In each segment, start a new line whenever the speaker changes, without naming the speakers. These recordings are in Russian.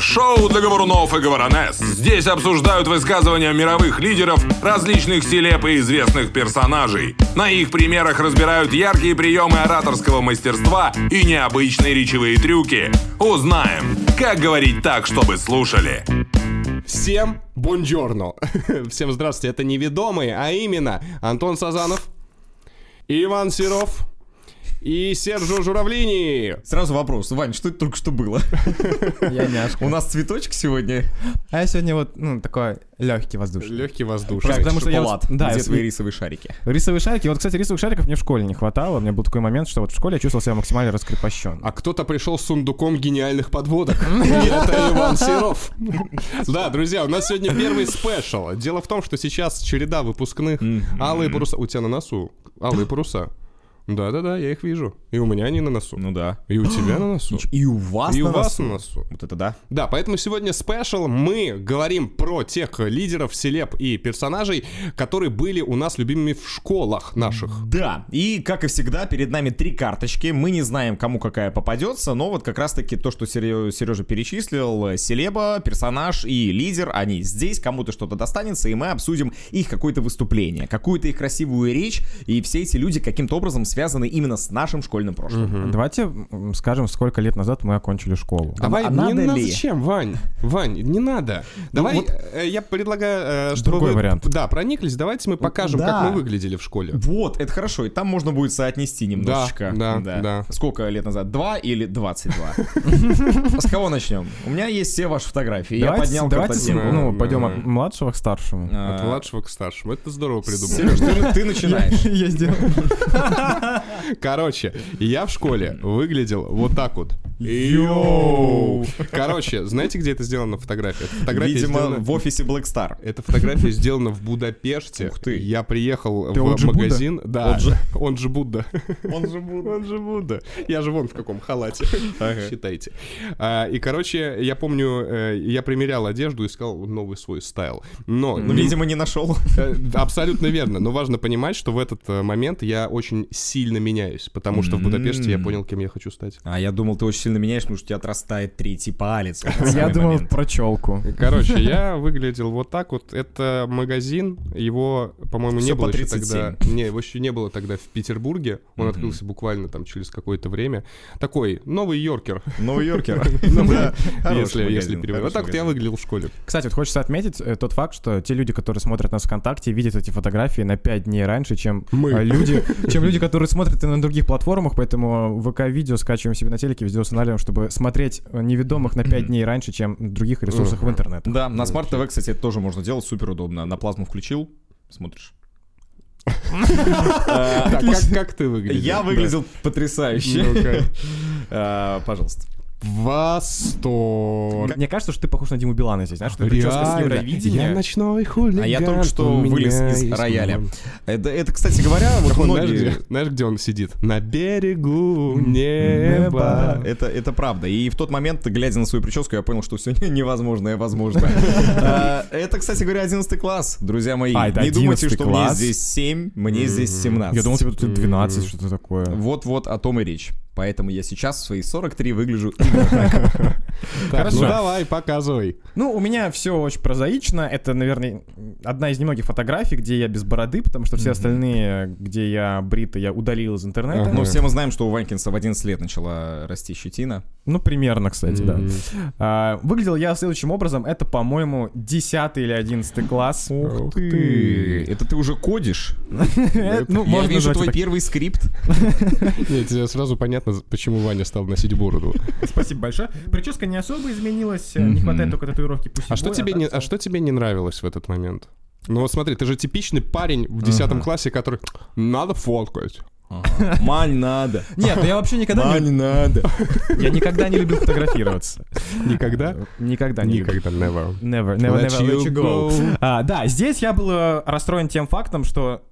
Шоу для говорунов и говоронесс. Здесь обсуждают высказывания мировых лидеров, различных селеп и известных персонажей. На их примерах разбирают яркие приемы ораторского мастерства и необычные речевые трюки. Узнаем, как говорить так, чтобы слушали.
Всем бонджорно. Всем здравствуйте. Это неведомые, а именно Антон Сазанов, Иван Серов и Сержо Журавлини.
Сразу вопрос, Вань, что это только что было?
Я няшка.
У нас цветочек сегодня?
А я сегодня вот, ну, такой легкий воздушный.
Легкий воздушный.
Просто
потому что я вот-
шоколад.
да,
Где
я-
твои рисовые шарики?
Рисовые шарики. Вот, кстати, рисовых шариков мне в школе не хватало. У меня был такой момент, что вот в школе я чувствовал себя максимально раскрепощен.
А кто-то пришел с сундуком гениальных подводок. И Это Иван Серов. Да, друзья, у нас сегодня первый спешл. Дело в том, что сейчас череда выпускных. Алые паруса. У тебя на носу алые паруса. Да-да-да, я их вижу. И у меня они на носу.
Ну да.
И у тебя на носу.
И у вас
И у
на
вас
носу?
на носу.
Вот это да.
Да, поэтому сегодня спешл. Мы говорим про тех лидеров, селеп и персонажей, которые были у нас любимыми в школах наших.
Да, и как и всегда, перед нами три карточки. Мы не знаем, кому какая попадется, но вот как раз-таки то, что Сережа перечислил, э, селеба, персонаж и лидер, они здесь, кому-то что-то достанется, и мы обсудим их какое-то выступление, какую-то их красивую речь, и все эти люди каким-то образом связаны именно с нашим школьным прошлым.
Давайте м, скажем, сколько лет назад мы окончили школу.
Давай,
а
не
надо
на-
ли? Ну
зачем, Вань? Вань, не надо. Давай,
вот-
э, я предлагаю, э, чтобы
Другой
вы,
вариант.
да, прониклись. Давайте мы покажем,
да.
как мы выглядели в школе.
Вот, это хорошо, и там можно будет соотнести немножечко.
да, да.
Сколько лет назад? Два или 22? С кого начнем? У меня есть все ваши фотографии. Я
Давайте-
поднял
давайте с-
картотеку.
ну,
Да,
пойдем
да.
от младшего к старшему.
А,
От младшего к старшему. Это здорово придумал.
Сереж, ты- ты начинаешь.
Я сделал.
Короче, я в школе выглядел вот так вот.
Йоу!
Короче, знаете, где это сделано фотография? Это фотография
Видимо,
сделана-
в офисе Black Star.
Эта фотография сделана в Будапеште.
Ух ты.
Я приехал
Ты он
в
же Будда?
магазин. Да.
Он же-
Он же Будда.
Он же был.
Он же Будда. Я же вон в каком халате.
Ага.
Считайте. А, И, короче, я помню, э, я примерял одежду и искал новый свой стайл. Но,
Ну, видимо, не нашел.
Э, Абсолютно верно. Но важно понимать, что в этот э, момент я очень сильно меняюсь, потому что в Будапеште я понял, кем я хочу стать.
А я думал, ты очень сильно меняешь, потому что у тебя отрастает третий палец.
Я думал про челку.
Короче, я выглядел вот так вот. Это магазин, его, по-моему, не
Всё
было
по
еще тогда. Не, его еще не было тогда в Петербурге. Он открылся буквально там через какое-то время. Такой новый Йоркер,
Нью-Йоркер.
Ну,
если если переводить. Вот так вот я выглядел в школе.
Кстати, вот хочется отметить э, тот факт, что те люди, которые смотрят нас ВКонтакте, видят эти фотографии на 5 дней раньше, чем
Мы.
э, люди, чем люди, которые смотрят и на других платформах, поэтому ВК-видео скачиваем себе на телеке, везде устанавливаем, чтобы смотреть э, неведомых на 5 дней раньше, чем в других ресурсах в интернете.
Да, на Smart TV, кстати, это тоже можно делать, супер удобно. На плазму включил, смотришь. Э,
Так, как- Как ты выглядел?
Я выглядел
Ну,
потрясающе. А, Пожалуйста.
Восток.
Мне кажется, что ты похож на Диму Билана здесь, знаешь, что это прическа с
Реально.
Евровидения.
Я ночной хулиган.
А я только что
у меня
вылез из
есть
рояля.
мой.
Это, это, кстати говоря, вот
Как он, знаешь,
многие...
где, знаешь, где он сидит? На берегу неба.
Да, это, это правда. И в тот момент, глядя на свою прическу, я понял, что все невозможное возможно. А, Это, кстати говоря, 11 класс, друзья мои.
А, это
Не думайте,
11
что мне
класс.
здесь 7, мне здесь 17.
Я думал, тебе тут 12, что-то такое.
Вот-вот о том и речь. Поэтому я сейчас в свои 43 выгляжу именно так.
Так,
Хорошо.
Ну давай, показывай.
Ну, у меня все очень прозаично. Это, наверное, одна из немногих фотографий, где я без бороды, потому что все остальные, э, где я бритый, я удалил из интернета.
Ага.
Но все мы знаем, что у Ванькинса в 11 лет начала расти щетина.
Ну, примерно, кстати, да.
М.
А, выглядел я следующим образом. Это, по-моему, 10 или 11 класс.
Ух ты.
Это ты уже кодишь?
Э, Ну,
Я
можно
вижу
назвать
твой
так.
первый скрипт.
Нет, тебе сразу понятно, почему Ваня стал носить бороду.
Спасибо большое. Прическа не особо изменилась. э, Не
Мгм.
хватает только татуировки
А что тебе не, а что тебе не нравилось в этот момент? Ну вот смотри, ты же типичный парень в 10 классе, который надо фоткать.
Мань надо.
Нет, ну я вообще никогда не...
надо.
Я никогда не любил фотографироваться.
Никогда?
Никогда не любил.
Никогда, never.
Never, never,
Let
never let
you
you go.
go.
А, да, здесь я был э, расстроен тем фактом, что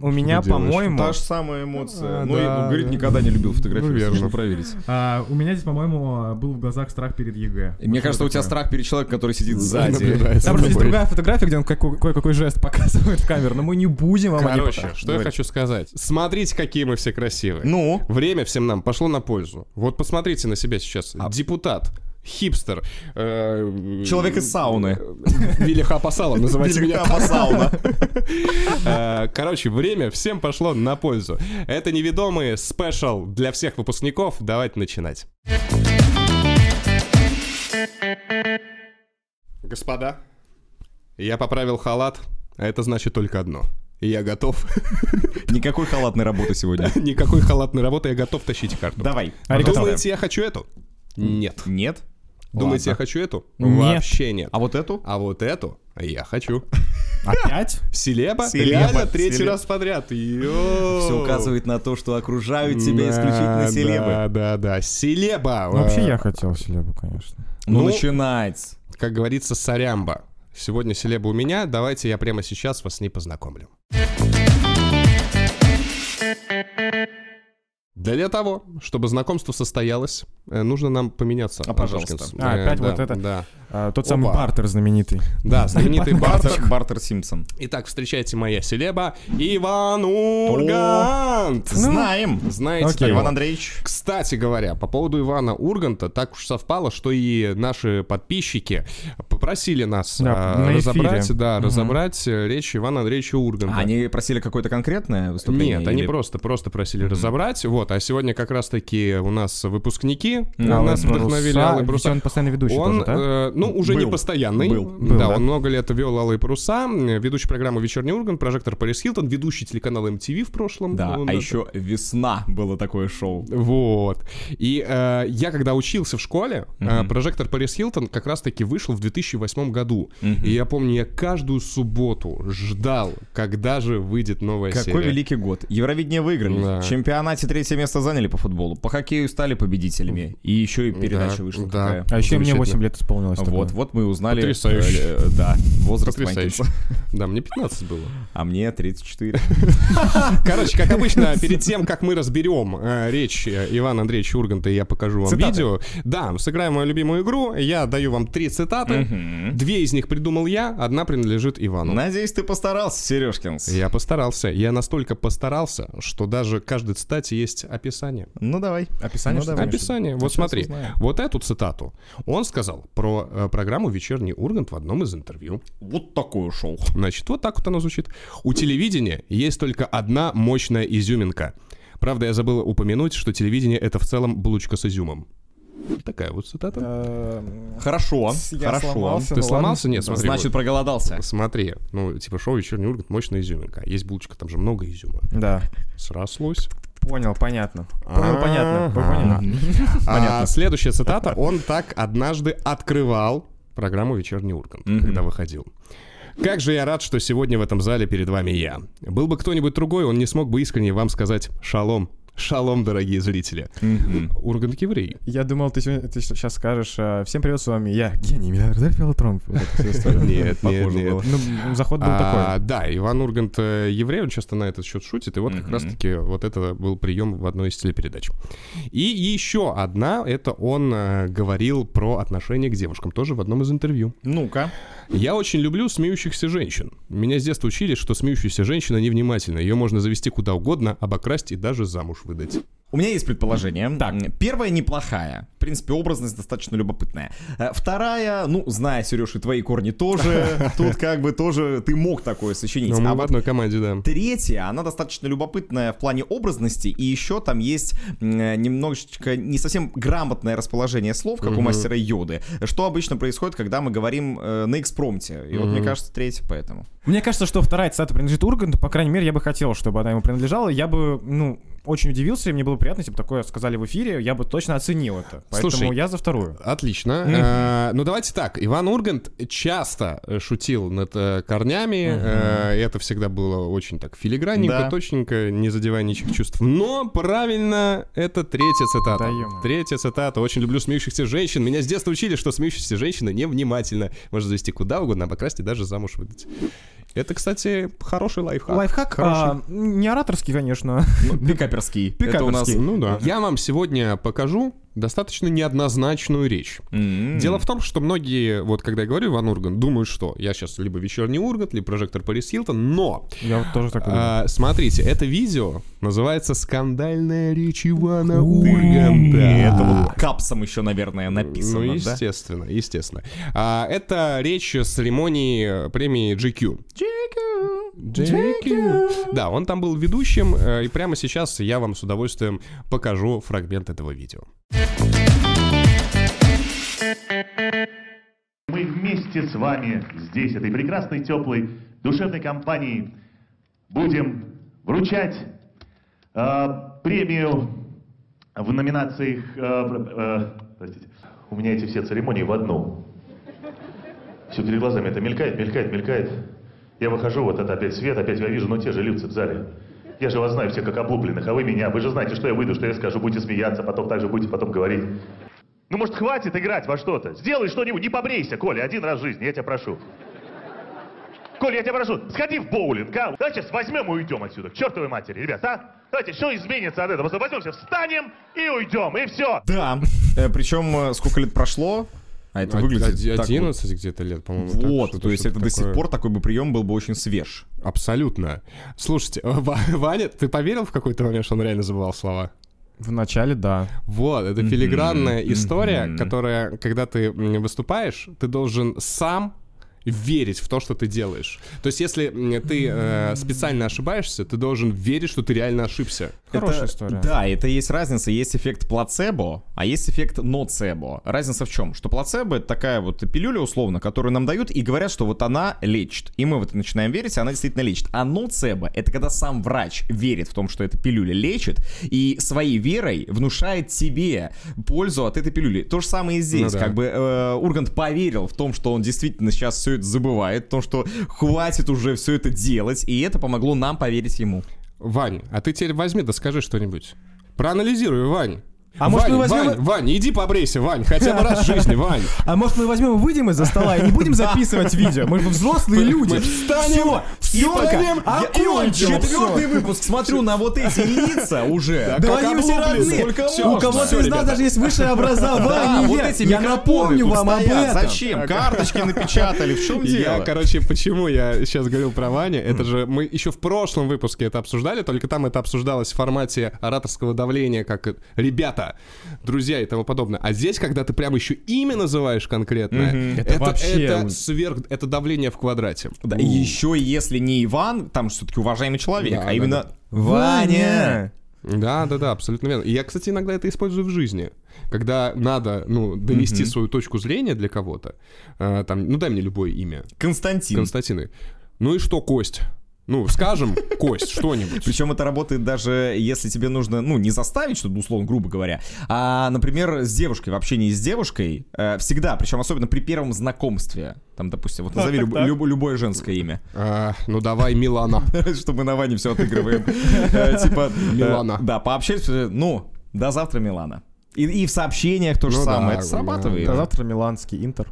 у меня,
ты делаешь?
по-моему...
Та же самая эмоция.
А,
ну, и,
да,
ну, говорит,
да.
никогда не любил фотографировать.
Ну, верно.
Нужно проверить.
а, у меня здесь, по-моему, был в глазах страх перед ЕГЭ.
И Мне кажется, у тебя страх перед человеком, который сидит сзади.
Наблюдает за
Там просто есть
тобой.
другая фотография, где он какой- кое-какой жест показывает в камеру, но мы не будем вам о ней
Короче,
показывать.
что я
Говори.
хочу сказать. Смотрите, какие мы все красивые.
Ну,
Время всем нам пошло на пользу. Вот посмотрите на себя сейчас. Депутат. хипстер. э,
Человек
Человек
из сауны.
Вилиха Апасала, называйте меня.
Велика сауна.
Э, Короче, время всем пошло на пользу. Это неведомые спешл для всех выпускников. Давайте начинать. Господа, я поправил халат, а это значит только одно. Я готов.
Никакой халатной работы сегодня.
Никакой халатной работы, я готов тащить карту.
Давай.
Аригато.
Думаете, я хочу эту? Нет.
Нет?
Думаете, я
Ладно.
хочу эту?
Нет.
Вообще нет.
А вот эту?
А вот эту я хочу.
Опять?
Селеба?
Селеба,
Реально третий
селеб.
раз подряд.
Все
Все
указывает на то, что окружают тебя исключительно селебы.
Да, да, да. Селеба.
Ну, Вообще
э,
я хотел селебу, конечно.
Ну,
Ну,
начинать.
Как говорится, сорямба. Сегодня селеба у меня. Давайте я прямо сейчас вас с ней познакомлю. Для того, чтобы знакомство состоялось, э, нужно нам поменяться.
А, пожалуйста.
Антошкин.
А,
Э,
опять
да,
вот это.
Да,
А, тот самый
Опа.
бартер знаменитый.
да знаменитый бартер.
Бартер, Бартер Симпсон.
Итак, встречайте моя селеба Иван Ургант.
Ну. Знаем.
Знаете
Окей.
такого?
Иван Андреевич.
Кстати говоря, по поводу Ивана Урганта, так уж совпало, что и наши подписчики попросили нас
Да,
а,
на эфире.
разобрать, да, разобрать э, речь Ивана Андреевича Урганта.
А Они просили какое-то конкретное выступление?
Нет, они
или-
просто, просто просили разобрать, вот, а сегодня как раз-таки у нас выпускники,
Ну,
Алла
Ну, нас
Паруса,
вдохновили Аллы
ведь
Паруса.
Он постоянно ведущий
Он,
тоже, да?
э, ну, уже не
Был.
постоянный.
Был.
Был,
да,
да.
он много лет вел «Алые паруса», э, ведущий программы «Вечерний Ургант», прожектор Парис Хилтон, ведущий телеканала MTV в прошлом. э,
Да,
Он
а
это-
еще весна было такое шоу.
Вот. И э, я когда учился в школе, э, прожектор Парис Хилтон как раз-таки вышел в 2008 году. И я помню, я каждую субботу ждал, когда же выйдет новая серия.
Какой великий год. Евровидение выиграли.
Да.
В чемпионате третье место заняли по футболу. По хоккею стали победителями. И еще и передача
Да,
вышла
да.
какая.
А еще мне
замечательно.
8 лет исполнилось.
Вот,
тогда.
вот мы и узнали.
Потрясающе.
э, э, Да, возраст
Потрясающе.
Манкинса.
Да, мне 15 было.
А мне 34.
Короче, как обычно, перед тем, как мы разберем э, речь э, Ивана Андреевича Урганта, я покажу вам
Цитаты.
видео. Да, сыграем мою любимую игру. Я даю вам три цитаты. Две из них придумал я, одна принадлежит Ивану.
Надеюсь, ты постарался, Сережкинс.
Ну. Я постарался. Я настолько постарался, что даже каждой цитате есть описание.
Ну давай.
Описание,
Ну,
что
давай.
ли?
Описание. Вот
Сейчас
смотри,
узнаем.
вот эту цитату он сказал про э, программу «Вечерний Ургант» в одном из интервью.
Вот такое шоу.
Значит, вот так вот оно звучит. У телевидения есть только одна мощная изюминка. Правда, я забыл упомянуть, что телевидение — это в целом булочка с изюмом. Такая вот цитата.
Эм,
Хорошо,
Я
хорошо.
сломался.
Ты
ну
сломался? Нет, смотри.
Значит,
вот.
проголодался.
Смотри, ну, типа шоу «Вечерний Ургант» — мощная изюминка. А Есть булочка, там же много изюма.
Да.
Срослось.
Понял, понятно. Понял, понятно. Вы поняли?
А, следующая цитата. Он так однажды открывал программу «Вечерний Ургант», когда выходил. Как же я рад, что сегодня в этом зале перед вами я. Был бы кто-нибудь другой, он не смог бы искренне вам сказать «шалом». Шалом, дорогие зрители. Ургант еврей.
Я думал, ты сейчас скажешь, э, всем привет, с вами я, гений, миллиардер Филотромп. Вот эта вся история.
Нет, нет,
Похоже
нет.
было.
Ну, заход был
А,
такой.
да, Иван Ургант э, еврей, он часто на этот счет шутит, и вот как раз-таки вот это был прием в одной из телепередач. И еще одна, это он э, говорил про отношение к девушкам, тоже в одном из интервью.
Ну-ка.
Я очень люблю смеющихся женщин. Меня с детства учили, что смеющаяся женщина невнимательна. Ее можно завести куда угодно, обокрасть и даже замуж выдать.
У меня есть предположение. Так. Первая неплохая. В принципе, образность достаточно любопытная. Э, Вторая, ну, зная, Сереж, и твои корни тоже, тут как бы тоже ты мог такое сочинить.
Но мы
А
в
вот
одной команде, да.
Третья, она достаточно любопытная в плане образности, и еще там есть м, э, немножечко не совсем грамотное расположение слов, как у мастера Йоды, что обычно происходит, когда мы говорим э, на экспромте. И вот мне кажется, третья поэтому.
Мне кажется, что вторая цитата принадлежит Урганту, по крайней мере, я бы хотел, чтобы она ему принадлежала. Я бы, ну, очень удивился, и мне было приятно, если бы такое сказали в эфире, я бы точно оценил это. Поэтому
Слушай,
я за вторую.
Отлично. Э, Ну давайте так. Иван Ургант часто э, шутил над э, корнями. Э, Это всегда было очень так филигранненько,
Да.
точненько, не задевая ничьих чувств. Но правильно, это третья цитата.
Да ё-моё.
Третья цитата. Очень люблю смеющихся женщин. Меня с детства учили, что смеющаяся женщина невнимательна. Можно завести куда угодно, обокрасть и даже замуж выдать. Это, кстати, хороший лайфхак.
Лайфхак
Хороший.
а, не ораторский, конечно.
Ну, Пикаперский. Это у нас
Пикаперский.
Ну да. Я вам сегодня покажу достаточно неоднозначную речь.
М-м.
Ну, Дело в том, что многие, вот когда я говорю Иван Ургант, думают, что я сейчас либо вечерний Ургант, либо прожектор Парис Хилтон, но
Я вот тоже так думаю.
а, смотрите, это видео называется «Скандальная речь Ивана Урганта».
И это вот капсом еще, наверное,
Ну,
написано, да?
естественно, естественно. А, это речь с церемонии премии GQ. GQ. Да, он там был ведущим, э, и прямо сейчас я вам с удовольствием покажу фрагмент этого видео.
Мы вместе с вами здесь, этой прекрасной, теплой, душевной компанией, будем вручать э, премию в номинациях... э, э, простите, у меня эти все церемонии в одну. Все перед глазами это мелькает, мелькает, мелькает. Я выхожу, вот это опять свет, опять я вижу, но те же лица в зале. Я же вас знаю все как облупленных, а вы меня. Вы же знаете, что я выйду, что я скажу, будете смеяться, потом так же будете потом говорить. Ну, может, хватит играть во что-то? Сделай что-нибудь, не побрейся, Коля, один раз в жизни, я тебя прошу. Коля, я тебя прошу, сходи в боулинг, а? Давайте сейчас возьмем и уйдем отсюда, к чертовой матери, ребят, а? Давайте, что изменится от этого? Просто возьмем, сейчас встанем и уйдем, и все.
Да. Э, Причем сколько лет прошло, а это
Од-
выглядит
од-
так вот.
11 где-то лет, по-моему. так,
Вот,
что-то-
то есть это
что-то
до сих
такое.
пор такой бы прием был бы очень свеж.
Абсолютно. Слушайте, Ва- Ваня, ты поверил в какой-то момент, что он реально забывал слова?
Вначале, да.
Вот, это филигранная история, которая, когда ты м, выступаешь, ты должен сам верить в то, что ты делаешь. То есть, если м, ты э, специально ошибаешься, ты должен верить, что ты реально ошибся.
Хорошая
Это-
история.
Да, это есть разница. Есть эффект плацебо, а есть эффект ноцебо. Разница в чем? Что плацебо — это такая вот пилюля, условно, которую нам дают и говорят, что вот она лечит. И мы в это начинаем верить, и она действительно лечит. А ноцебо — это когда сам врач верит в том, что эта пилюля лечит, и своей верой внушает тебе пользу от этой пилюли. То же самое и
Ну
здесь.
да.
Как бы э, Ургант поверил в том, что он действительно сейчас все это забывает, в том, что хватит уже все это делать, и это помогло нам поверить ему.
Вань, а ты теперь возьми да скажи что-нибудь. Проанализируй, Вань.
А может,
Вань,
мы возьмем-
Вань, Вань, иди побрейся, Вань, хотя бы раз в жизни, Вань.
А может мы возьмем и выйдем из-за стола и не будем записывать видео? Мы же взрослые люди.
Мы встанем,
Все,
встанем
И он четвертый выпуск. Смотрю на вот эти лица уже.
Да
как
они все
облупленные,
родные.
сколько
У
можно.
кого-то
Всё,
из нас
ребята.
даже есть высшее
Да,
образование.
вот эти
Я
микрофоны
напомню
тут
вам об
стоят.
этом.
Зачем? Карточки напечатали. В чем
Я,
дело?
короче, почему я сейчас говорил про Ваню, это же мы еще в прошлом выпуске это обсуждали, только там это обсуждалось в формате ораторского давления, как «ребята», «друзья» и тому подобное. А здесь, когда ты прям еще имя называешь конкретное, это,
вообще
это
вот-
сверх... Это давление в квадрате.
Да, и еще если не Иван, там же все-таки уважаемый человек,
Да,
а
да,
именно
да.
Ваня.
Да, да, да, абсолютно верно. И я, кстати, иногда это использую в жизни. Когда надо, ну, донести свою точку зрения для кого-то, э, там, ну дай мне любое имя.
Константин.
Константины. Ну и что, Кость? Ну, скажем, Кость, что-нибудь.
Причем это работает даже если тебе нужно, ну, не заставить, что условно, грубо говоря, а, например, с девушкой, в общении с девушкой, э, всегда, причем особенно при первом знакомстве, там, допустим, вот назови люб- люб- любое женское имя.
А, ну давай, Милана.
что мы на Ване все отыгрываем. Э, Типа, э,
Милана.
Да, пообщались, э, ну, до завтра, Милана. И, и в сообщениях то же
Ну да,
самое. Это
да.
срабатывает.
До А завтра миланский Интер.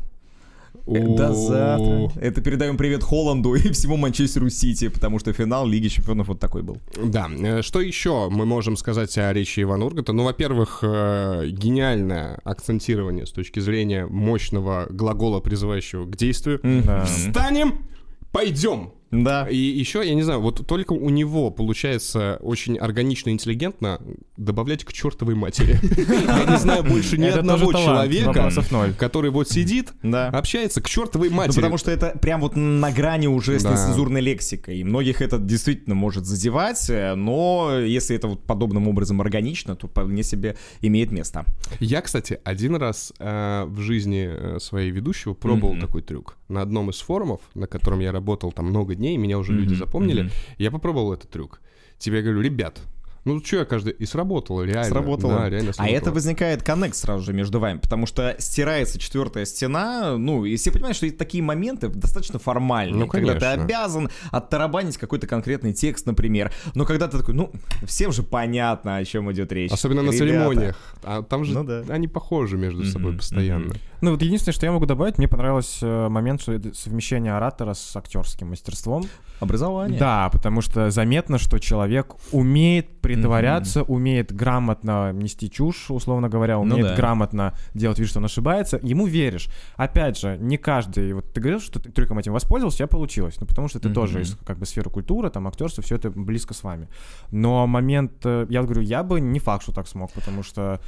Э, До
О,
завтра. Это передаем привет Холланду и всему Манчестеру Сити, потому что финал Лиги Чемпионов вот такой был.
Да, э, что еще мы можем сказать о речи Ивана Урганта? Ну, во-первых, э, гениальное акцентирование с точки зрения мощного глагола, призывающего к действию. Встанем, пойдем.
Да.
И еще, я не знаю, вот только у него получается очень органично и интеллигентно добавлять к чертовой матери. Я не знаю больше ни
Это тоже
одного
талант,
человека,
вопросов ноль.
который вот сидит,
Да.
общается к чертовой
Ну,
матери.
потому что это прям вот на грани уже с
Да.
нецензурной лексикой. И многих это действительно может задевать, э, но если это вот подобным образом органично, то вполне себе имеет место.
Я, кстати, один раз э, в жизни э, своей ведущего пробовал такой трюк. На одном из форумов, на котором я работал там много дней, меня уже люди запомнили, я попробовал этот трюк. Тебе говорю, ребят, ну что я каждый... И сработало, реально.
Сработало.
Да, реально
а
сработало.
это возникает коннект сразу же между вами, потому что стирается четвертая стена, ну, и все понимают, что есть такие моменты достаточно формальные,
Ну,
когда ты
конечно.
обязан оттарабанить какой-то конкретный текст, например, но когда ты такой, ну, всем же понятно, о чем идет речь.
Особенно на
Ребята.
церемониях. А там же
Ну да.
они похожи между собой постоянно.
Ну вот единственное, что я могу добавить, мне понравился момент что это совмещение оратора с актерским мастерством.
Образование.
Да, потому что заметно, что человек умеет притворяться, умеет грамотно нести чушь, условно говоря, умеет
Ну да.
грамотно делать вид, что он ошибается, ему веришь. Опять же, не каждый, вот ты говорил, что ты трюком этим воспользовался, у тебя получилось, ну потому что ты тоже из как бы сферы культуры, там актерство, все это близко с вами. Но момент, э, я вот говорю, я бы не факт, что так смог, потому что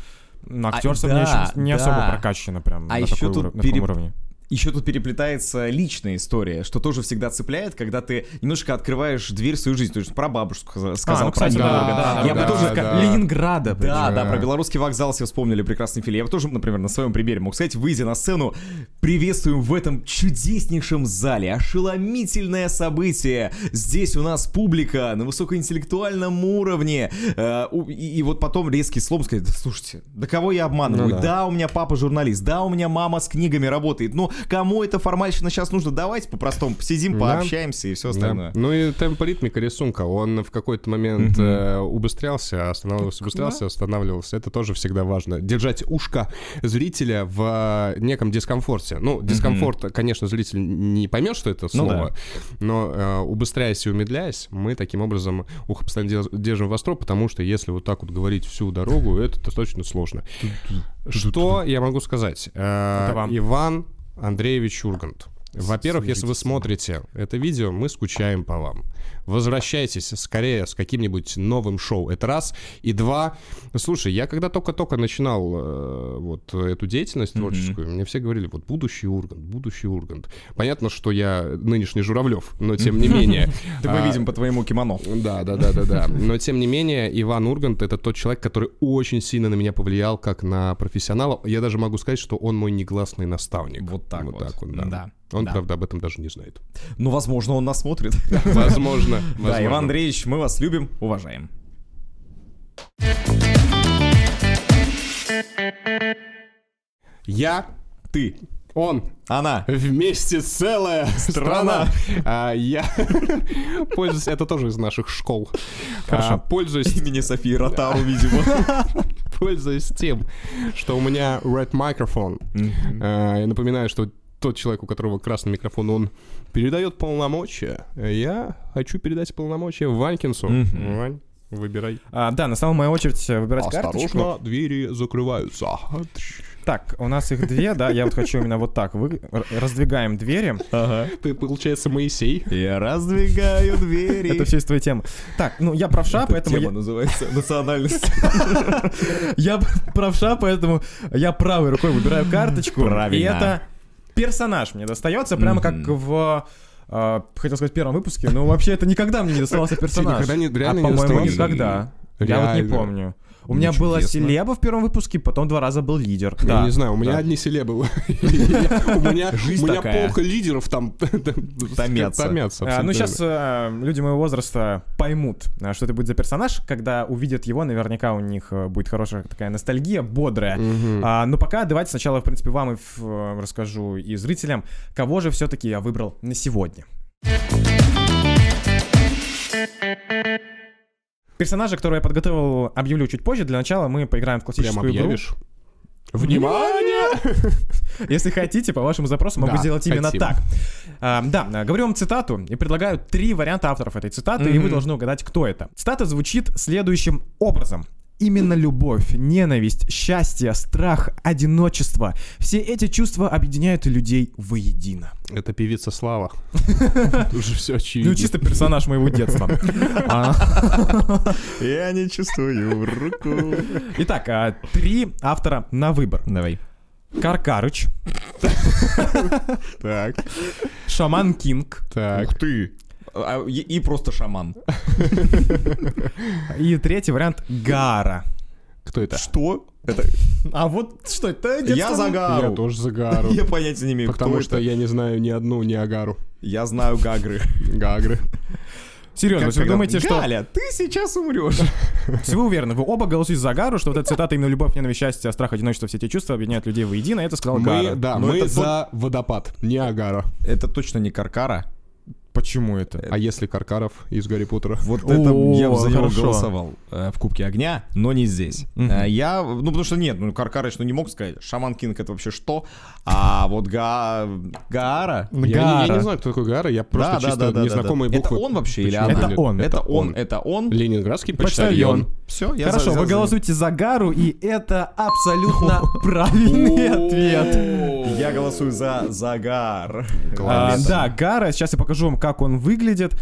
ну, актерство мне
А, да,
еще
да.
не особо прокачано прям
А
на,
ещё
такой
тут
уро- на таком
переп-
уровне.
Еще тут переплетается личная история, что тоже всегда цепляет, когда ты немножко открываешь дверь в свою жизнь. То есть про бабушку сказа- сказал,
А,
ну, кстати,
про
да,
Георга.
да,
я
да,
бы тоже...
да,
как-
да.
Ленинграда. Да,
причем.
да, про белорусский вокзал все вспомнили, прекрасный фильм. Я бы тоже, например, на своем примере мог сказать, выйдя на сцену, приветствуем в этом чудеснейшем зале. Ошеломительное событие. Здесь у нас публика на высокоинтеллектуальном уровне. Э, у- И и вот потом резкий слом сказать, да слушайте, да кого я обманываю?
Ну да.
да, да, у меня папа журналист, да, у меня мама с книгами работает, но кому эта формальщина сейчас нужно? Давайте по-простому посидим,
Да.
пообщаемся и все
Да.
остальное.
Ну и темп ритмика рисунка, он в какой-то момент э, убыстрялся, останавливался, убыстрялся, останавливался. Это тоже всегда важно. Держать ушко зрителя в э, неком дискомфорте. Ну, дискомфорт, конечно, зритель не поймет, что это
Ну
слово, но э, убыстряясь и умедляясь, мы таким образом ухо постоянно дез- держим востро, потому что если вот так вот говорить всю дорогу, это достаточно сложно. Что я могу сказать? Э,
Это вам.
Иван Андреевич Ургант. Во-первых, если вы смотрите это видео, мы скучаем по вам. Возвращайтесь скорее с каким-нибудь новым шоу. Это раз. И два. Слушай, я когда только-только начинал э, вот эту деятельность творческую, мне все говорили, вот будущий Ургант, будущий Ургант. Понятно, что я нынешний Журавлев, но тем не менее.
Это мы
А,
видим по твоему кимоно.
да, да, да, да, да. Но тем не менее, Иван Ургант это тот человек, который очень сильно на меня повлиял, как на профессионала. Я даже могу сказать, что он мой негласный наставник.
Вот так вот.
да.
Да.
Он,
Да.
правда, об этом даже не знает.
Ну, возможно, он нас смотрит.
Возможно.
Да, Иван
возможно.
Андреевич, мы вас любим, уважаем.
Я,
Ты,
он,
она.
Вместе целая
Страна.
страна. А, я пользуюсь, это тоже из наших школ. А, пользуюсь,
Имени Софии Ротару, видимо.
пользуюсь тем, что у меня red микрофон. А, я напоминаю, что тот человек, у которого красный микрофон, он передает полномочия. Я хочу передать полномочия Ванькинсу. Вань, выбирай.
А, да, настала моя очередь э, выбирать карточку.
Осторожно, двери закрываются.
Так, у нас их две, да, я вот хочу именно вот так. вы- р- Раздвигаем двери.
А Ты, получается, Моисей.
Я раздвигаю двери.
Это все из твоей темы. Так, ну я правша, поэтому
Тема
я,
называется «Национальность».
я правша, поэтому я правой рукой выбираю карточку. И
Правильно.
это персонаж мне достается, прямо как в э, хотел сказать в первом выпуске, но вообще это никогда мне не доставался персонаж.
никогда не- реально
а,
не
по-моему,
доставался?
никогда. Я вот не
Реально. Ну,
помню. У меня
Ничудесно.
была селеба в первом выпуске, потом два раза был лидер.
Я
Да.
не знаю, у меня
Да.
одни селебы. У меня
Жизнь
у меня
такая.
полка лидеров там
Томятся.
томятся.
А, ну,
абсолютно
сейчас люди моего возраста поймут, а, что это будет за персонаж, когда увидят его, наверняка у них э, будет хорошая такая ностальгия, бодрая. А, но пока давайте сначала, в принципе, вам и ф- э, расскажу и зрителям, кого же все-таки я выбрал на сегодня. Персонажа, которого я подготовил, объявлю чуть позже. Для начала мы поиграем в
верно. Прям
классическую игру.
объявишь. Внимание!
Если хотите, по вашему запросу могу
Да,
сделать именно
хотим.
так. А, да, а, говорю вам цитату и предлагаю три варианта авторов этой цитаты, и вы должны угадать, кто это. Цитата звучит следующим образом. Именно любовь, ненависть, счастье, страх, одиночество — все эти чувства объединяют людей воедино.
Это певица Слава. Уже все очевидно.
Ну, чисто персонаж моего детства. А,
Я не чувствую руку.
Итак, а, три автора на выбор.
Давай.
Каркарыч,
Так,
Шаман Кинг
так. Ух ты!
А, И и просто шаман.
и третий вариант — Гара.
Кто это?
Что? Это...
А вот что это?
Я
детство?
Я
загару.
тоже загару.
Я понятия не имею,
Потому
кто
что
это.
я не знаю ни одну, ни Агару.
Я знаю Гагры.
Гагры.
Серьезно, вы думаете, что...
Галя, ты сейчас умрешь.
Все вы уверены, вы оба голосуете за Гару, что вот эта цитата именно «любовь, ненависть, счастье, страх, одиночество, все эти чувства объединяют людей воедино», это сказал
ну,
Мы,
Гара.
да,
Но
мы
это
за водопад, не Агара.
Это точно не Каркара.
Почему это?
А если Каркаров из Гарри Поттера?
Вот
О,
это я бы за него
хорошо.
голосовал э, в Кубке Огня, но не здесь.
Мгм.
Э, Я, ну потому что нет, ну Каркарыч, ну не мог сказать, Шаман Кинг это вообще что? А вот Га... Гаара...
Я, не- я
Гара.
не знаю, кто такой Гара, я просто
Да, да,
чисто
да, да, да,
незнакомые
да.
буквы.
Это он вообще или
почему-то
она?
были.
Это он.
Это он, это он.
Ленинградский почтальон.
Почтальон.
Все, я
Хорошо,
за-
вы
за-
голосуете за Гару, и это абсолютно правильный ответ.
Я голосую за Загар.
А, да, Гара, сейчас я покажу вам, как он выглядит.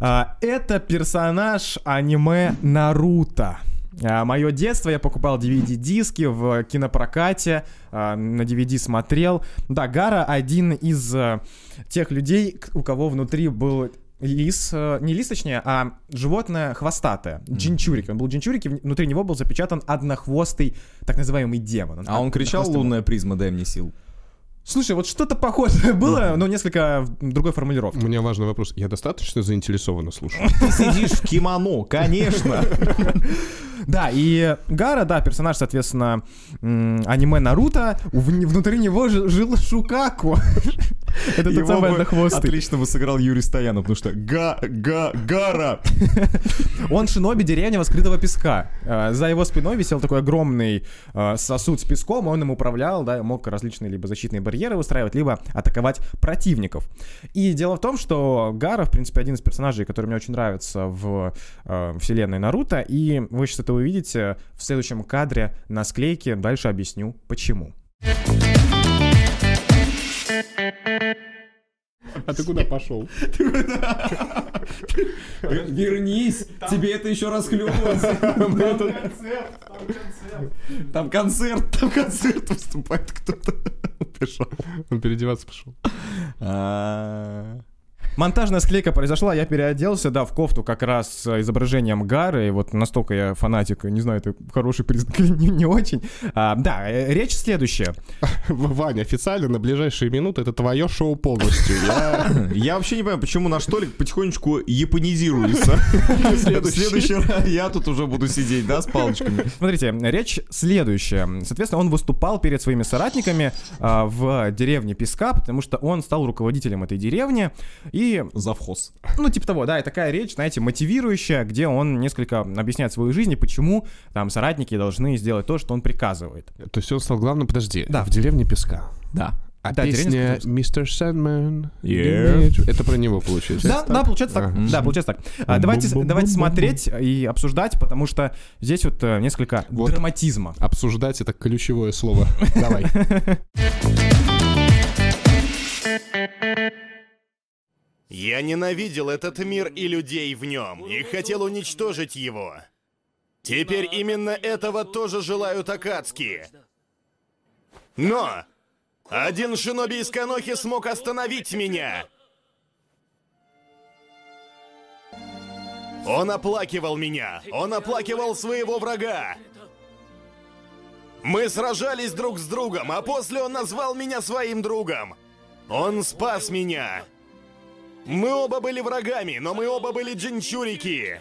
А, это персонаж аниме Наруто. Мое детство, я покупал DVD-диски в кинопрокате, а, на DVD смотрел. Да, Гара один из э, тех людей, к- у кого внутри был лис, э, не лис, точнее, а животное хвостатое, джинчурик. Он был джинчурик, и вн- внутри него был запечатан однохвостый, так называемый демон.
А он кричал
однохвостый
«Лунная призма, дай мне сил».
Слушай, вот что-то похожее было, но несколько в другой формулировки.
У меня важный вопрос. Я достаточно заинтересованно слушаю?
Ты сидишь в кимоно, конечно.
Да, и Гара, да, персонаж, соответственно, м, аниме Наруто, в- внутри него ж- жил Шукаку. Это тот
Его
самый
бы
однохвостый.
Отлично бы сыграл Юрий Стоянов, потому что га, га, гара.
Он шиноби деревня воскрытого песка. Э, За его спиной висел такой огромный э, сосуд с песком, он им управлял, да, мог различные либо защитные барьеры выстраивать, либо атаковать противников. И дело в том, что Гара, в принципе, один из персонажей, который мне очень нравится в э, вселенной Наруто, и вы сейчас это увидите в следующем кадре на склейке, дальше объясню, почему.
А ты куда пошел?
Вернись, тебе это еще раз
Там концерт, там концерт выступает кто-то. Пришел.
Он переодеваться пошел.
А,
Монтажная склейка произошла, я переоделся, да, в кофту как раз с э, изображением Гары, и вот настолько я фанатик, не знаю, это хороший признак или не, не очень. А, да, э, речь следующая.
Ваня, официально на ближайшие минуты это твое шоу полностью. Я
Я вообще не понимаю, почему наш столик потихонечку японизируется. В следующий раз я тут уже буду сидеть, да, с палочками.
Смотрите, речь следующая. Соответственно, он выступал перед своими соратниками а, в деревне Песка, потому что он стал руководителем этой деревни, и
Завхоз.
Ну, типа того, да, и такая речь, знаете, мотивирующая, где он несколько объясняет свою жизнь и почему там соратники должны сделать то, что он приказывает.
То есть он стал главным, подожди,
Да.
в деревне песка.
Да.
А
Да, деревня
песня
песка.
«Мистер Сэндмэн»
Yeah.
Это про него получается.
Да, да, получается так.
Ага.
Да, получается так. А, Давайте, давайте смотреть и обсуждать, потому что здесь вот э, несколько
Вот.
драматизма.
Обсуждать это ключевое слово. Давай.
Я ненавидел этот мир и людей в нем, и хотел уничтожить его. Теперь именно этого тоже желают акадские. Но! Один шиноби из Канохи смог остановить меня! Он оплакивал меня, он оплакивал своего врага. Мы сражались друг с другом, а после он назвал меня своим другом. Он спас меня. Мы оба были врагами, но мы оба были джинчурики.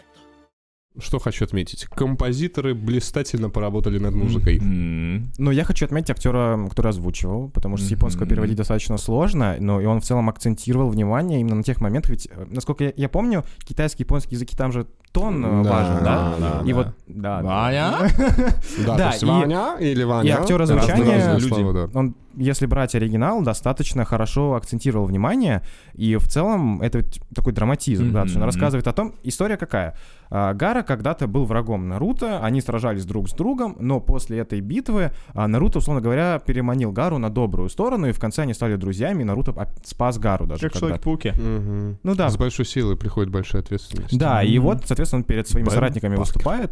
Что хочу отметить. Композиторы блистательно поработали над музыкой.
Но я хочу отметить актера, который озвучивал, потому что с японского переводить достаточно сложно, но и он в целом акцентировал внимание именно на тех моментах, ведь, э, насколько я, я помню, китайский, японский языки там же тон э,
Да,
важен, да?
да, А
и вот, да, да.
Ваня?
Да,
Да,
то есть
и-
Ваня или Ваня.
и актер озвучания-
Разные
Люди.
слова, да.
он, если брать оригинал, достаточно хорошо акцентировал внимание, и в целом это ведь такой драматизм, да, то есть он
Мгм.
рассказывает о том, история какая. А, Гара когда-то был врагом Наруто, они сражались друг с другом, но после этой битвы а, Наруто, условно говоря, переманил Гару на добрую сторону, и в конце они стали друзьями, и Наруто оп- спас Гару даже когда-то.
пауке
Мгм.
Ну да,
С большой силой приходит большая ответственность.
да, и вот, соответственно, он перед своими соратниками выступает.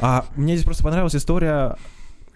А мне здесь просто понравилась история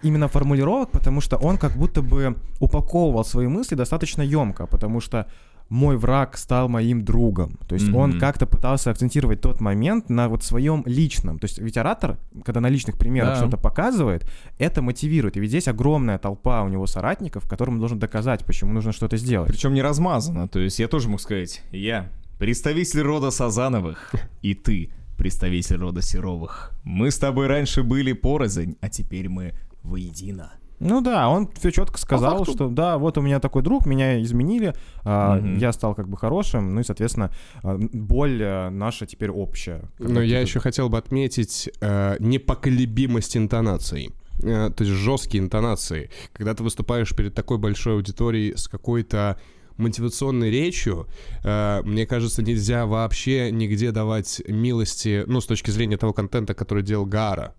именно формулировок, потому что он как будто бы упаковывал свои мысли достаточно емко, потому что мой враг стал моим другом. То есть он
Мгм.
как-то пытался акцентировать тот момент на вот своем личном. То есть ведь оратор, когда на личных примерах
Да.
что-то показывает, это мотивирует. И ведь здесь огромная толпа у него соратников, которым он должен доказать, почему нужно что-то сделать.
Причем не размазано, то есть я тоже мог сказать, я представитель рода Сазановых, и ты представитель рода Серовых. Мы с тобой раньше были порознь, а теперь мы воедино.
Ну да, он все четко сказал, что да, вот у меня такой друг, меня изменили, а,
Мгм.
я стал как бы хорошим, ну и, соответственно, а, боль э, наша теперь общая.
Но я еще хотел бы отметить э, непоколебимость интонаций. Э, то есть жесткие интонации. Когда ты выступаешь перед такой большой аудиторией с какой-то мотивационной речью, э, мне кажется, нельзя вообще нигде давать милости, ну, с точки зрения того контента, который делал Гара.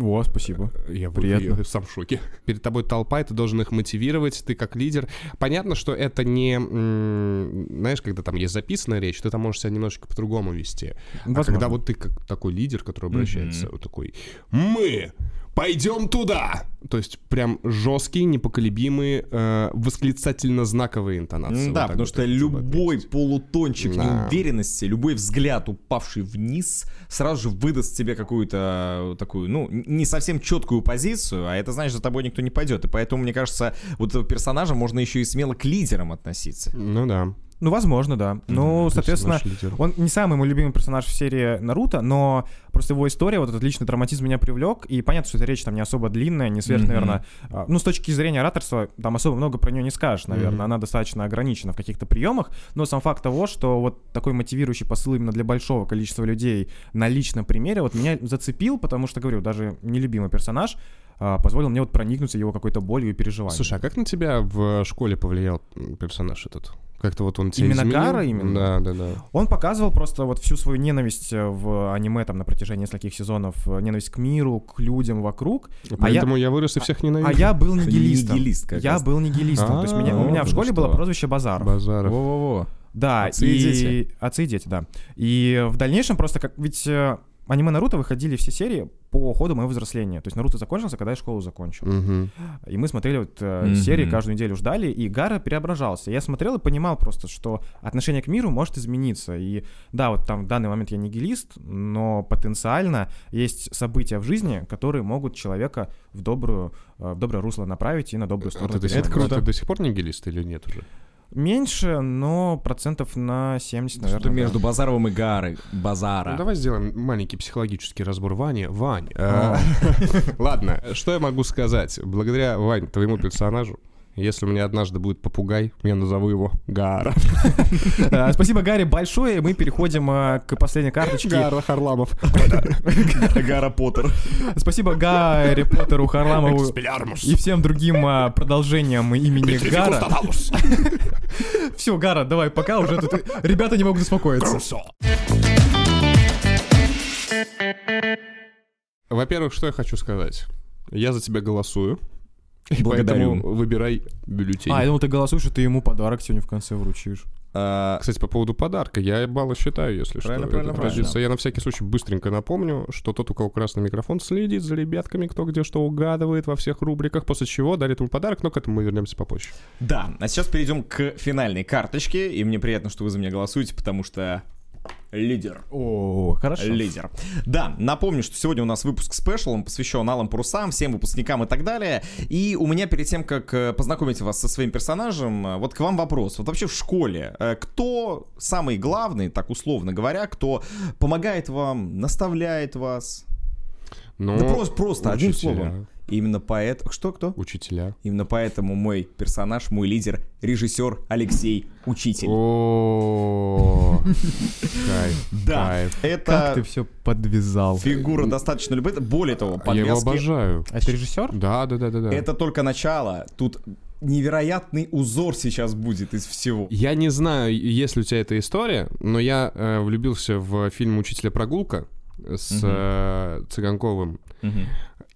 О, спасибо.
Я,
Приятно.
я сам в шоке. Перед тобой толпа, и ты должен их мотивировать, ты как лидер. Понятно, что это не... м, Знаешь, когда там есть записанная речь, ты там можешь себя немножечко по-другому вести. А
Возможно.
когда вот ты как такой лидер, который обращается, вот такой... Мы пойдем туда! То есть прям жесткие, непоколебимые, э, восклицательно знаковые интонации. А Вот
Да,
так
потому
вот типа.
что
я хотел бы
любой
отметить.
полутончик
Да.
неуверенности, любой взгляд, упавший вниз, сразу же выдаст тебе какую-то такую, ну, не совсем четкую позицию, а это значит, за тобой никто не пойдет. И поэтому, мне кажется, вот этого персонажа можно еще и смело к лидерам относиться.
Ну да.
Ну, возможно, да. Ну, соответственно,
наш лидер.
он не самый мой любимый персонаж в серии Наруто, но просто его история, вот этот личный драматизм меня привлек, и понятно, что эта речь там не особо длинная, не сверх,
Мгм.
наверное, а, ну, с точки зрения ораторства, там особо много про нее не скажешь, наверное, она достаточно ограничена в каких-то приемах, но сам факт того, что вот такой мотивирующий посыл именно для большого количества людей на личном примере, вот меня зацепил, потому что, говорю, даже нелюбимый персонаж а, позволил мне вот проникнуться его какой-то болью и переживанием.
Слушай, а как на тебя в школе повлиял м, персонаж этот? Как-то вот он тебя
Именно
изменил?
Гара именно?
Да, да, да.
Он показывал просто вот всю свою ненависть э, в аниме там на протяжении нескольких сезонов, э, ненависть к миру, к людям вокруг.
Ну,
А я,
Поэтому я, вырос и всех ненавижу.
а я был нигилистом.
Нигилист как
я
раз.
был нигилистом. То есть меня, у меня
А,
в школе было
что.
прозвище Базаров.
Базаров.
Во-во-во.
Да,
Отцы и
и
дети.
Отцы и дети, да. И в дальнейшем просто как... Ведь э, аниме Наруто выходили все серии по ходу моего взросления. То есть Наруто закончился, когда я школу закончил.
Мгм.
И мы смотрели вот э,
Мгм.
серии, каждую неделю ждали, и Гара преображался. Я смотрел и понимал просто, что отношение к миру может измениться. И да, вот там в данный момент я нигилист, но потенциально есть события в жизни, которые могут человека в добрую, э, в доброе русло направить и на добрую
А
сторону.
ты до сих-
переманить.
а Ты до сих пор нигилист или нет уже?
Меньше, но процентов на 70, наверное.
Что
да.
между Базаровым и Гарой. Базара.
Ну, давай сделаем маленький психологический разбор Вани. Вань,
А.
э, ладно, что я могу сказать? Благодаря, Вань, твоему персонажу, если у меня однажды будет попугай, я назову его Гара.
Э, Спасибо, Гарри, большое. И Мы переходим э, к последней карточке.
Харламов.
Гара Поттер.
Спасибо Гарри Поттеру, Харламову
Экспеллярмус.
и всем другим а, продолжениям имени Гара.
Констаталус.
Все, Гара, давай, пока уже тут ребята не могут успокоиться.
Во-первых, что я хочу сказать? Я за тебя голосую. и
Благодарю.
Поэтому выбирай бюллетень.
А, я думал, ты голосуешь, и ты ему подарок сегодня в конце вручишь.
Кстати, по поводу подарка, я баллы считаю, если
Правильно,
что.
правильно,
Это
правильно.
традиция. Я на всякий случай быстренько напомню, что тот, у кого красный микрофон, следит за ребятками, кто где что угадывает во всех рубриках, после чего дарит ему подарок, но к этому мы вернемся попозже.
Да, а сейчас перейдем к финальной карточке. И мне приятно, что вы за меня голосуете, потому что лидер.
О, хорошо.
Лидер. Да, напомню, что сегодня у нас выпуск спешл, он посвящен Алам Парусам, всем выпускникам и так далее. И у меня перед тем, как э, познакомить вас со своим персонажем, э, вот к вам вопрос. Вот вообще в школе, э, кто самый главный, так условно говоря, кто помогает вам, наставляет вас?
Но
да просто, просто,
Ну,
одним
учителя.
словом. Именно поэтому... Что, кто?
Учителя.
Именно поэтому мой персонаж, мой лидер, режиссер Алексей Учитель.
О, кайф,
Да.
кайф.
Как ты
Это
все подвязал.
фигура достаточно любопытная. Более того,
Я его
подвязки...
обожаю.
А это режиссер?
Да, да, да, да, да.
Это только начало. Тут невероятный узор сейчас будет из всего.
Я не знаю, есть ли у тебя эта история, но я э, влюбился в фильм «Учителя прогулка» с э, Цыганковым.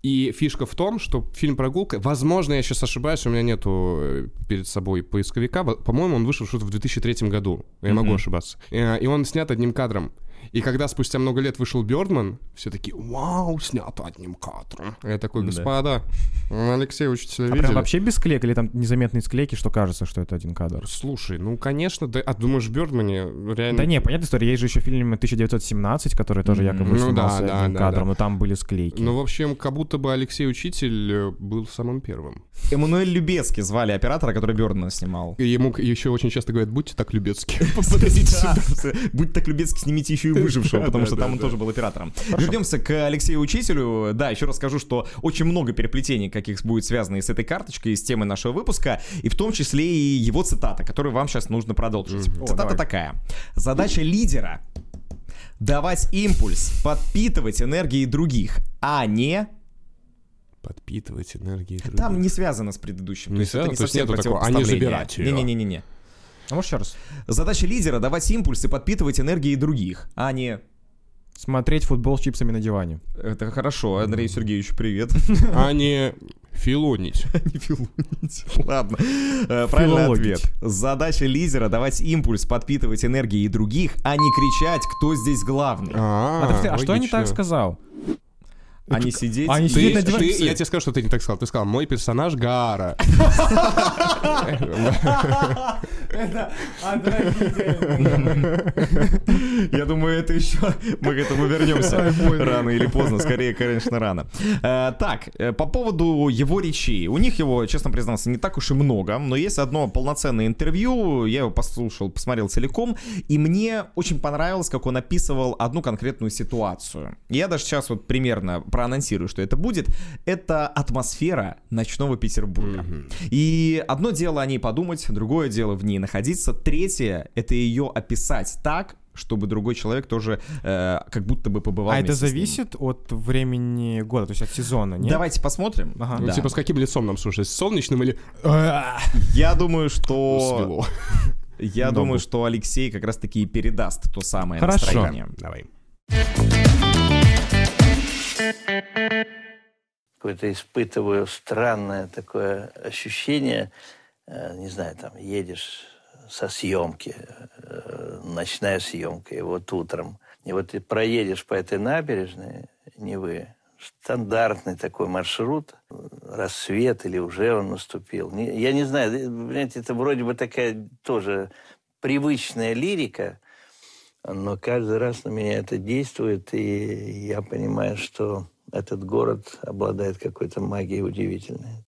И фишка в том, что фильм «Прогулка», возможно, я сейчас ошибаюсь, у меня нету э, перед собой поисковика, во- по-моему, он вышел что-то в 2003 году, я могу ошибаться. Э, И он снят одним кадром. И когда спустя много лет вышел Бёрдман, все такие «Вау, снят одним кадром». Я такой, господа, Алексей Учителя
А
видели?
прям вообще без склейки или там незаметные склейки, что кажется, что это один кадр?
Слушай, ну, конечно, да, а думаешь, Бёрдмане реально...
Да не, понятная история, есть же еще фильм 1917, который тоже якобы
Ну да,
снимался
да,
одним
да,
кадром,
да.
но там были склейки.
Ну, в общем, как будто бы Алексей Учитель э, был самым первым.
Эммануэль Любецкий звали оператора, который Бёрдмана снимал.
И ему еще очень часто говорят, будьте так любецки.
Подождите, Будь так любезны, снимите еще и выжившего, потому
да,
что
да,
там он
да.
тоже был оператором. Вернемся к Алексею Учителю. Да, еще раз скажу, что очень много переплетений, каких будет связано и с этой карточкой, и с темой нашего выпуска, и в том числе и его цитата, которую вам сейчас нужно продолжить. Цитата такая. Задача лидера — давать импульс, подпитывать энергией других, а не...
Подпитывать энергией других.
Там не связано с предыдущим.
Не связано? То есть
совсем
нету такого, а не
противопоставление.
забирать её.
Не-не-не-не-не.
А может еще раз?
Задача лидера — давать импульс и подпитывать энергией других, а не...
Смотреть футбол с чипсами на диване.
Это хорошо, Андрей Сергеевич, привет.
А не филонить.
Не филонить. Ладно. Э, Правильный
Филологить.
ответ. Задача лидера — давать импульс, подпитывать энергией других, а не кричать, кто здесь главный.
А, так ты- а что я не так
логично.
сказал?
А не сидеть...
а не
Ты-
сидеть на диване.
ты- я тебе скажу, что ты не так сказал. Ты сказал, мой персонаж Гара.
Я думаю, это еще... Мы к этому вернемся. Рано или поздно. Скорее, конечно, рано. Э, Так, э, по поводу его речей. У них его, честно признаться, не так уж и много, но есть одно полноценное интервью. Я его послушал, посмотрел целиком, и мне очень понравилось, как он описывал одну конкретную ситуацию. Я даже сейчас вот примерно проанонсирую, что это будет. Это атмосфера ночного Петербурга. И одно дело о ней подумать, другое дело в ней находиться, третье — это ее описать так, чтобы другой человек тоже э, как будто бы побывал.
А это
вместе с ним.
зависит от времени года, то есть от сезона, нет?
Давайте посмотрим.
Ага.
Ну,
Да.
Типа, с каким лицом нам слушать? С солнечным или
А,
Я думаю,
с
что
бело?
я думаю, что Алексей как раз-таки и передаст то самое
Хорошо.
настроение.
Давай.
какое-то испытываю странное такое ощущение, э, не знаю, там едешь со съемки, э, ночная съемка, и вот утром, и вот ты проедешь по этой набережной Невы, стандартный такой маршрут, э, рассвет или уже он наступил. Не- Я не знаю, э, понимаете, это вроде бы такая тоже привычная лирика, но каждый раз на меня это действует, и я понимаю, что этот город обладает какой-то магией удивительной.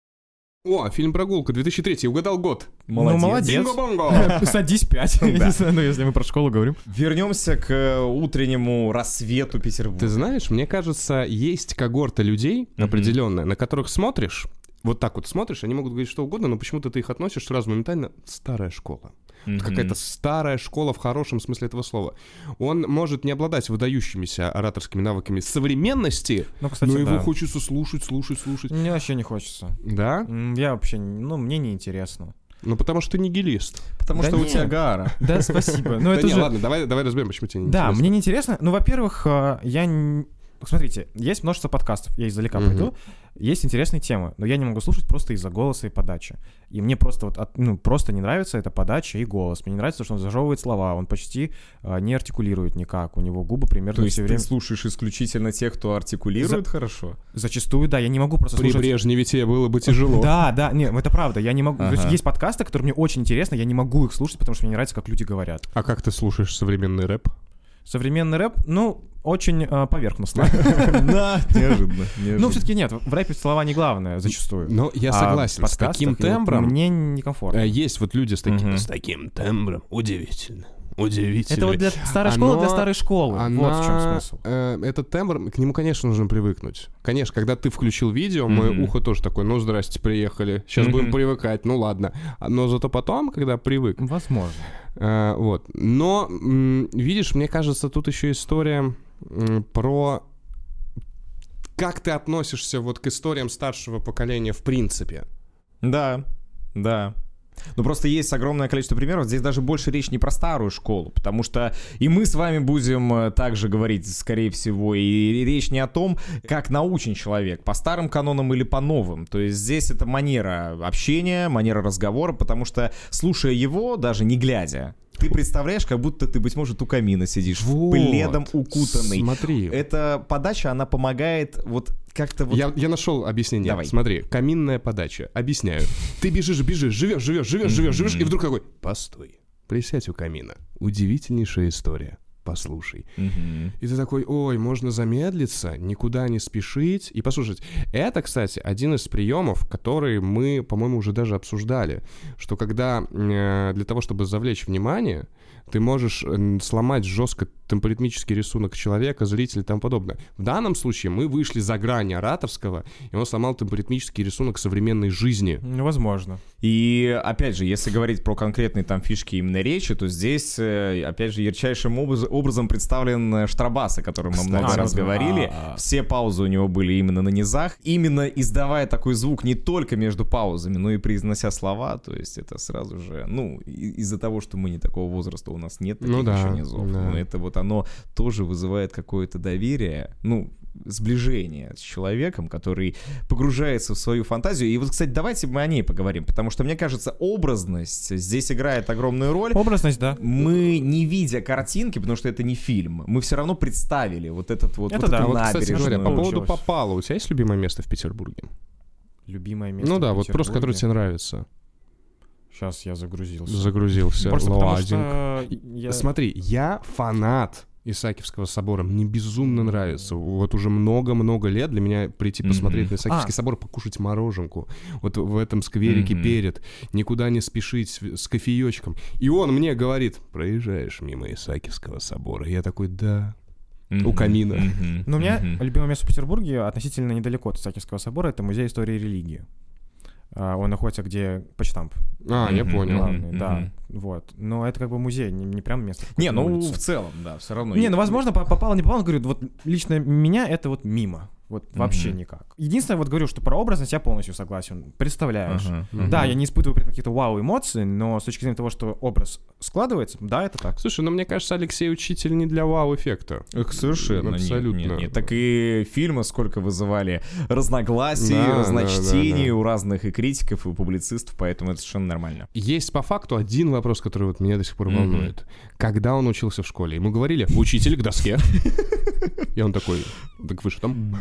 О, фильм «Прогулка», 2003, угадал год.
Ну, молодец.
Бинго-бонго.
Садись пять.
Да.
Не знаю, ну, если мы про школу говорим.
Вернемся к э, утреннему рассвету
Ты
Петербурга.
знаешь, мне кажется, есть когорта людей определенная, на которых смотришь, вот так вот смотришь, они могут говорить что угодно, но почему-то ты их относишь сразу моментально. Старая школа. Вот Какая-то старая школа в хорошем смысле этого слова. Он может не обладать выдающимися ораторскими навыками современности,
Ну, кстати,
но его
да.
хочется слушать, слушать, слушать.
Мне вообще не хочется.
Да?
М, Я вообще, не- ну, мне не интересно.
Ну потому что ты нигилист.
Потому
Да
что у
нет.
тебя гара.
Да, спасибо. Ну,
да
это
не,
же...
ладно, давай, давай разберем, почему тебе не
Да,
интересно.
мне не интересно. Ну, во-первых, э, я... н- Смотрите, есть множество подкастов, я издалека
Мгм.
пойду, есть интересные темы, но я не могу слушать просто из-за голоса и подачи. И мне просто вот, от- ну, просто не нравится эта подача и голос. Мне не нравится, то, что он зажевывает слова, он почти э, не артикулирует никак, у него губы примерно
То есть
все
ты
время...
слушаешь исключительно тех, кто артикулирует хорошо.
Зачастую, да, я не могу просто
При
слушать...
Брежневе тебе было бы тяжело.
Да, да, не, это правда, я не могу... То есть
Ага.
есть подкасты, которые мне очень интересны, я не могу их слушать, потому что мне не нравится, как люди говорят.
А как ты слушаешь современный рэп?
Современный рэп, ну, очень э, поверхностно.
Да, неожиданно.
Ну, все-таки нет, в рэпе слова не главное зачастую.
Ну, я
А
согласен.
в
С таким
подкастах и вот
тембром
Мне некомфортно.
Э, Есть вот люди с таки-
Мгм.
с таким тембром. Удивительно. Удивительно.
Это вот для старой школы,
Оно-
А для старой школы. Вот в чем
Она,
смысл.
э, этот тембр, к нему, конечно, нужно привыкнуть. Конечно, когда ты включил видео, мое
Мгм.
ухо тоже такое, ну, здрасте, приехали, сейчас
Мгм.
будем привыкать, ну, ладно. А, Но зато потом, когда привык,
Возможно.
э, вот. Но, м, видишь, мне кажется, тут еще история м, про... Как ты относишься вот к историям старшего поколения в принципе?
Да, да. Ну просто есть огромное количество примеров. Здесь даже больше речь не про старую школу, потому что и мы с вами будем э, также говорить, скорее всего, и речь не о том, как научен человек, по старым канонам или по новым. То есть здесь это манера общения, манера разговора, потому что слушая его, даже не глядя, ты представляешь, как будто ты, быть может, у камина сидишь, в пледом укутанный.
Смотри.
Эта подача, она помогает вот как-то вот...
Я, я нашел объяснение.
Давай.
Смотри, каминная подача. Объясняю. Ты бежишь, бежишь, живешь, живешь, живешь, живешь, живешь, и вдруг такой, постой, присядь у камина. Удивительнейшая история. Послушай.
Мгм.
И ты такой, ой, можно замедлиться, никуда не спешить и послушать. Это, кстати, один из приемов, который мы, по-моему, уже даже обсуждали, что когда э, для того, чтобы завлечь внимание, ты можешь э, сломать жестко темпоритмический рисунок человека, зрителя и тому подобное. В данном случае мы вышли за грани ораторского, и он сломал темпоритмический рисунок современной жизни.
Ну, возможно.
И опять же, если говорить про конкретные там фишки именно речи, то здесь, э, опять же, ярчайшим образ- образом представлен э, Штрабас, о котором мы много
А,
раз
да.
говорили. Все паузы у него были именно на низах. Именно издавая такой звук не только между паузами, но и произнося слова, то есть это сразу же, ну, и- из-за того, что мы не такого возраста, у нас нет таких
Ну да,
еще низов.
да.
Но это вот оно тоже вызывает какое-то доверие, ну, сближение с человеком, который погружается в свою фантазию. И вот, кстати, давайте мы о ней поговорим, потому что, мне кажется, образность здесь играет огромную роль.
Образность, да.
Мы, не видя картинки, потому что это не фильм, мы все равно представили вот этот вот,
Это
вот эту
да.
А вот, кстати
набережную.
говоря, по поводу
получилось.
Попала, у тебя есть любимое место в Петербурге?
Любимое место.
ну да, вот просто, которое тебе нравится.
Сейчас я загрузился.
Загрузился.
Просто потому
лазинг.
что я...
Смотри, я фанат Исаакиевского собора. Мне безумно нравится. Вот уже много-много лет для меня прийти посмотреть на Исаакиевский
А.
собор, покушать мороженку. Вот в этом скверике перед. Никуда не спешить с, с кофеечком. И он мне говорит, проезжаешь мимо Исаакиевского собора. Я такой, да. У камина.
Но у меня любимое место в Петербурге относительно недалеко от Исаакиевского собора — это музей истории и религии. А, Он находится где почтамп
А, я понял.
главный, да, вот. Но это как бы музей, не, не прям место.
Не,
какой-то
ну
улицы.
в целом, да, все равно.
Не, ну возможно, по- попало, не попало, говорю, вот лично меня это вот мимо. Вот вообще никак. Единственное, вот говорю, что про образность я полностью согласен. Представляешь.
Ага,
Да, я не испытываю при этом каких-то вау эмоций, но с точки зрения того, что образ складывается, да, это так.
Слушай, ну мне кажется, Алексей Учитель не для вау-эффекта.
Эх, совершенно. нет,
Абсолютно.
Нет, нет. Так и фильмы сколько вызывали разногласий,
Да, да,
разночтений
да, да.
у разных и критиков, и у публицистов, поэтому это совершенно нормально.
Есть по факту один вопрос, который вот меня до сих пор волнует. Когда он учился в школе? Ему говорили, учитель к доске. И он такой, так вы что там?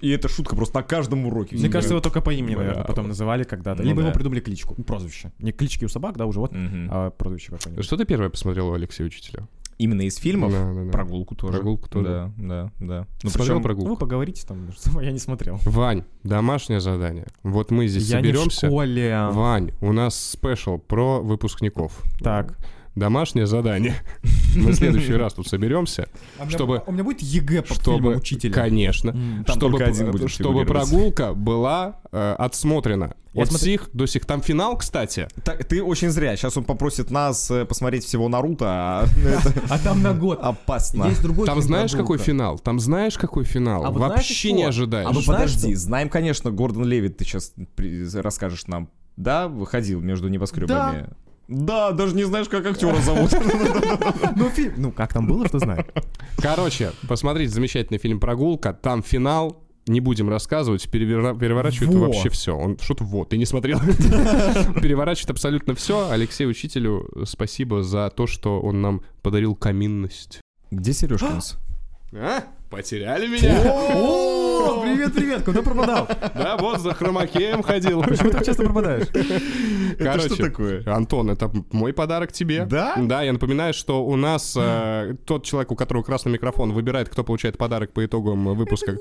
И эта шутка просто на каждом уроке.
Мне кажется, его только по имени, наверное,
Да.
потом называли когда-то.
Ну
Либо
да.
его придумали кличку, прозвище. Не клички у собак, да, уже вот,
Мгм.
а прозвище какое-нибудь.
Что ты первое посмотрел у Алексея Учителя?
Именно из фильмов.
Да, да, да.
Прогулку тоже.
Прогулку тоже.
Да, да, да.
Ну,
Ну,
Смотрел
причем-
Ну,
прогулку?
вы поговорите там, между собой, я не смотрел.
Вань, домашнее задание. Вот мы здесь
я не в
соберемся.
школе.
Вань, у нас спешл про выпускников.
Так.
Домашнее задание. Мы в следующий раз тут соберемся, чтобы...
А У меня будет ЕГЭ по
Чтобы,
фильмам учителя.
конечно,
М,
там
чтобы,
только один будет
чтобы
фигурировать.
прогулка была э, отсмотрена
Я
от
смотр-
сих до сих. Там финал, кстати.
Так, ты очень зря. Сейчас он попросит нас э, посмотреть всего Наруто, а это
А там на год.
опасно.
Есть другой
Там
фильм
знаешь,
«Прогулка».
какой финал? Там знаешь, какой финал?
А вот знаешь
Вообще
еще?
не ожидаешь.
А ну
Знаешь,
подожди, знаем, конечно, Гордон Левит, ты сейчас расскажешь нам. Да, выходил между небоскребами. Да, даже не знаешь, как актера зовут.
Ну, фильм. Ну, как там было, что знаю.
Короче, посмотрите замечательный фильм «Прогулка». Там финал. Не будем рассказывать, перевера- переворачивает
Во.
вообще все. Он что-то вот, ты не смотрел. Переворачивает абсолютно все. Алексею Учителю э, спасибо за то, что он нам подарил каминность.
Где Сережка нас?
А? Потеряли меня?
О, привет, привет, куда пропадал?
Да, вот за хромакеем ходил.
Почему ты так часто пропадаешь?
Короче,
что такое?
Антон, это м- мой подарок тебе.
Да?
Да, я напоминаю, что у нас э, тот человек, у которого красный микрофон, выбирает, кто получает подарок по итогам э, выпуска.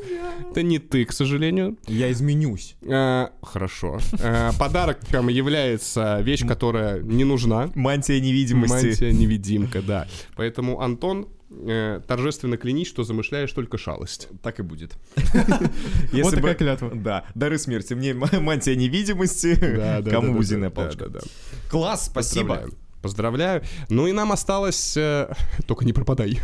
Это не ты, к сожалению.
Я изменюсь.
Э, Хорошо. Э, Подарком является вещь, которая не нужна.
Мантия невидимости.
Мантия-невидимка, да. Поэтому, Антон, э, торжественно клянись, что замышляешь только шалость.
Так и будет.
Вот
Если
такая
бы...
клятва.
Да, дары смерти. Мне м- мантия невидимости,
Да, да, да,
кому
да,
узиная
да,
палочка.
да, да.
Класс, спасибо.
Поздравляю. Поздравляю. Ну и нам осталось... э, Только не пропадай.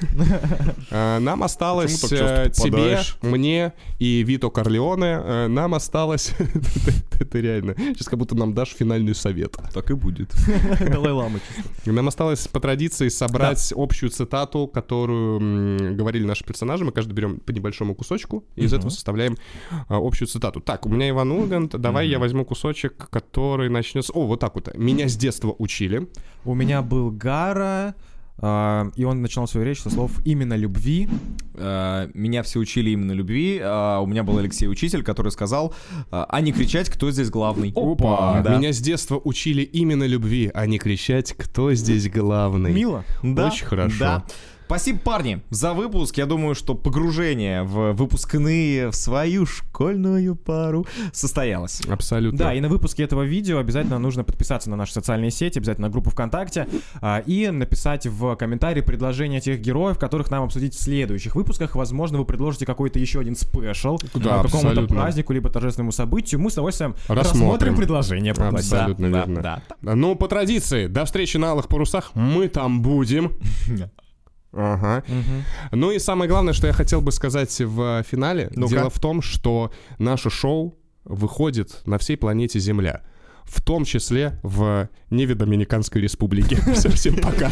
Э, Нам осталось
Почему так часто
э, тебе,
попадаешь?
мне и Вито Корлеоне. э, Нам осталось... Ты- ты- Ты реально... Сейчас как будто нам дашь финальный совет.
Так и будет.
Далай-лама.
Нам осталось по традиции собрать общую цитату, которую м, говорили наши персонажи. Мы каждый берем по небольшому кусочку и из этого составляем а, общую цитату. Так, у меня Иван Ургант. Давай я возьму кусочек, который начнется... О, вот так вот. «Меня с детства учили».
У меня был Гара, а, и он начинал свою речь со слов «именно любви».
Э, Меня все учили именно любви. а У меня был Алексей Учитель, который сказал, а а не кричать, кто здесь главный.
Опа!
Да.
Меня с детства учили именно любви, а не кричать, кто здесь главный.
Мило.
Да,
Очень хорошо.
да. Спасибо, парни, за выпуск. Я думаю, что погружение в выпускные, в свою школьную пару состоялось.
А, Абсолютно.
Да, и на выпуске этого видео обязательно нужно подписаться на наши социальные сети, обязательно на группу ВКонтакте а, и написать в комментарии предложение тех героев, которых нам обсудить в следующих выпусках. Возможно, вы предложите какой-то еще один спешл
Да,
а, какому-то
абсолютно.
празднику либо торжественному событию. Мы с удовольствием
Рассмотрим.
рассмотрим предложение.
Абсолютно
Да,
верно.
да,
Ну, по традиции, до встречи на алых парусах. Мы там будем. Ага. Ну и самое главное, что я хотел бы сказать в э, финале.
Ну-ка.
Дело в том, что наше шоу выходит на всей планете Земля. В том числе в Неведоминиканской республике. Всем пока.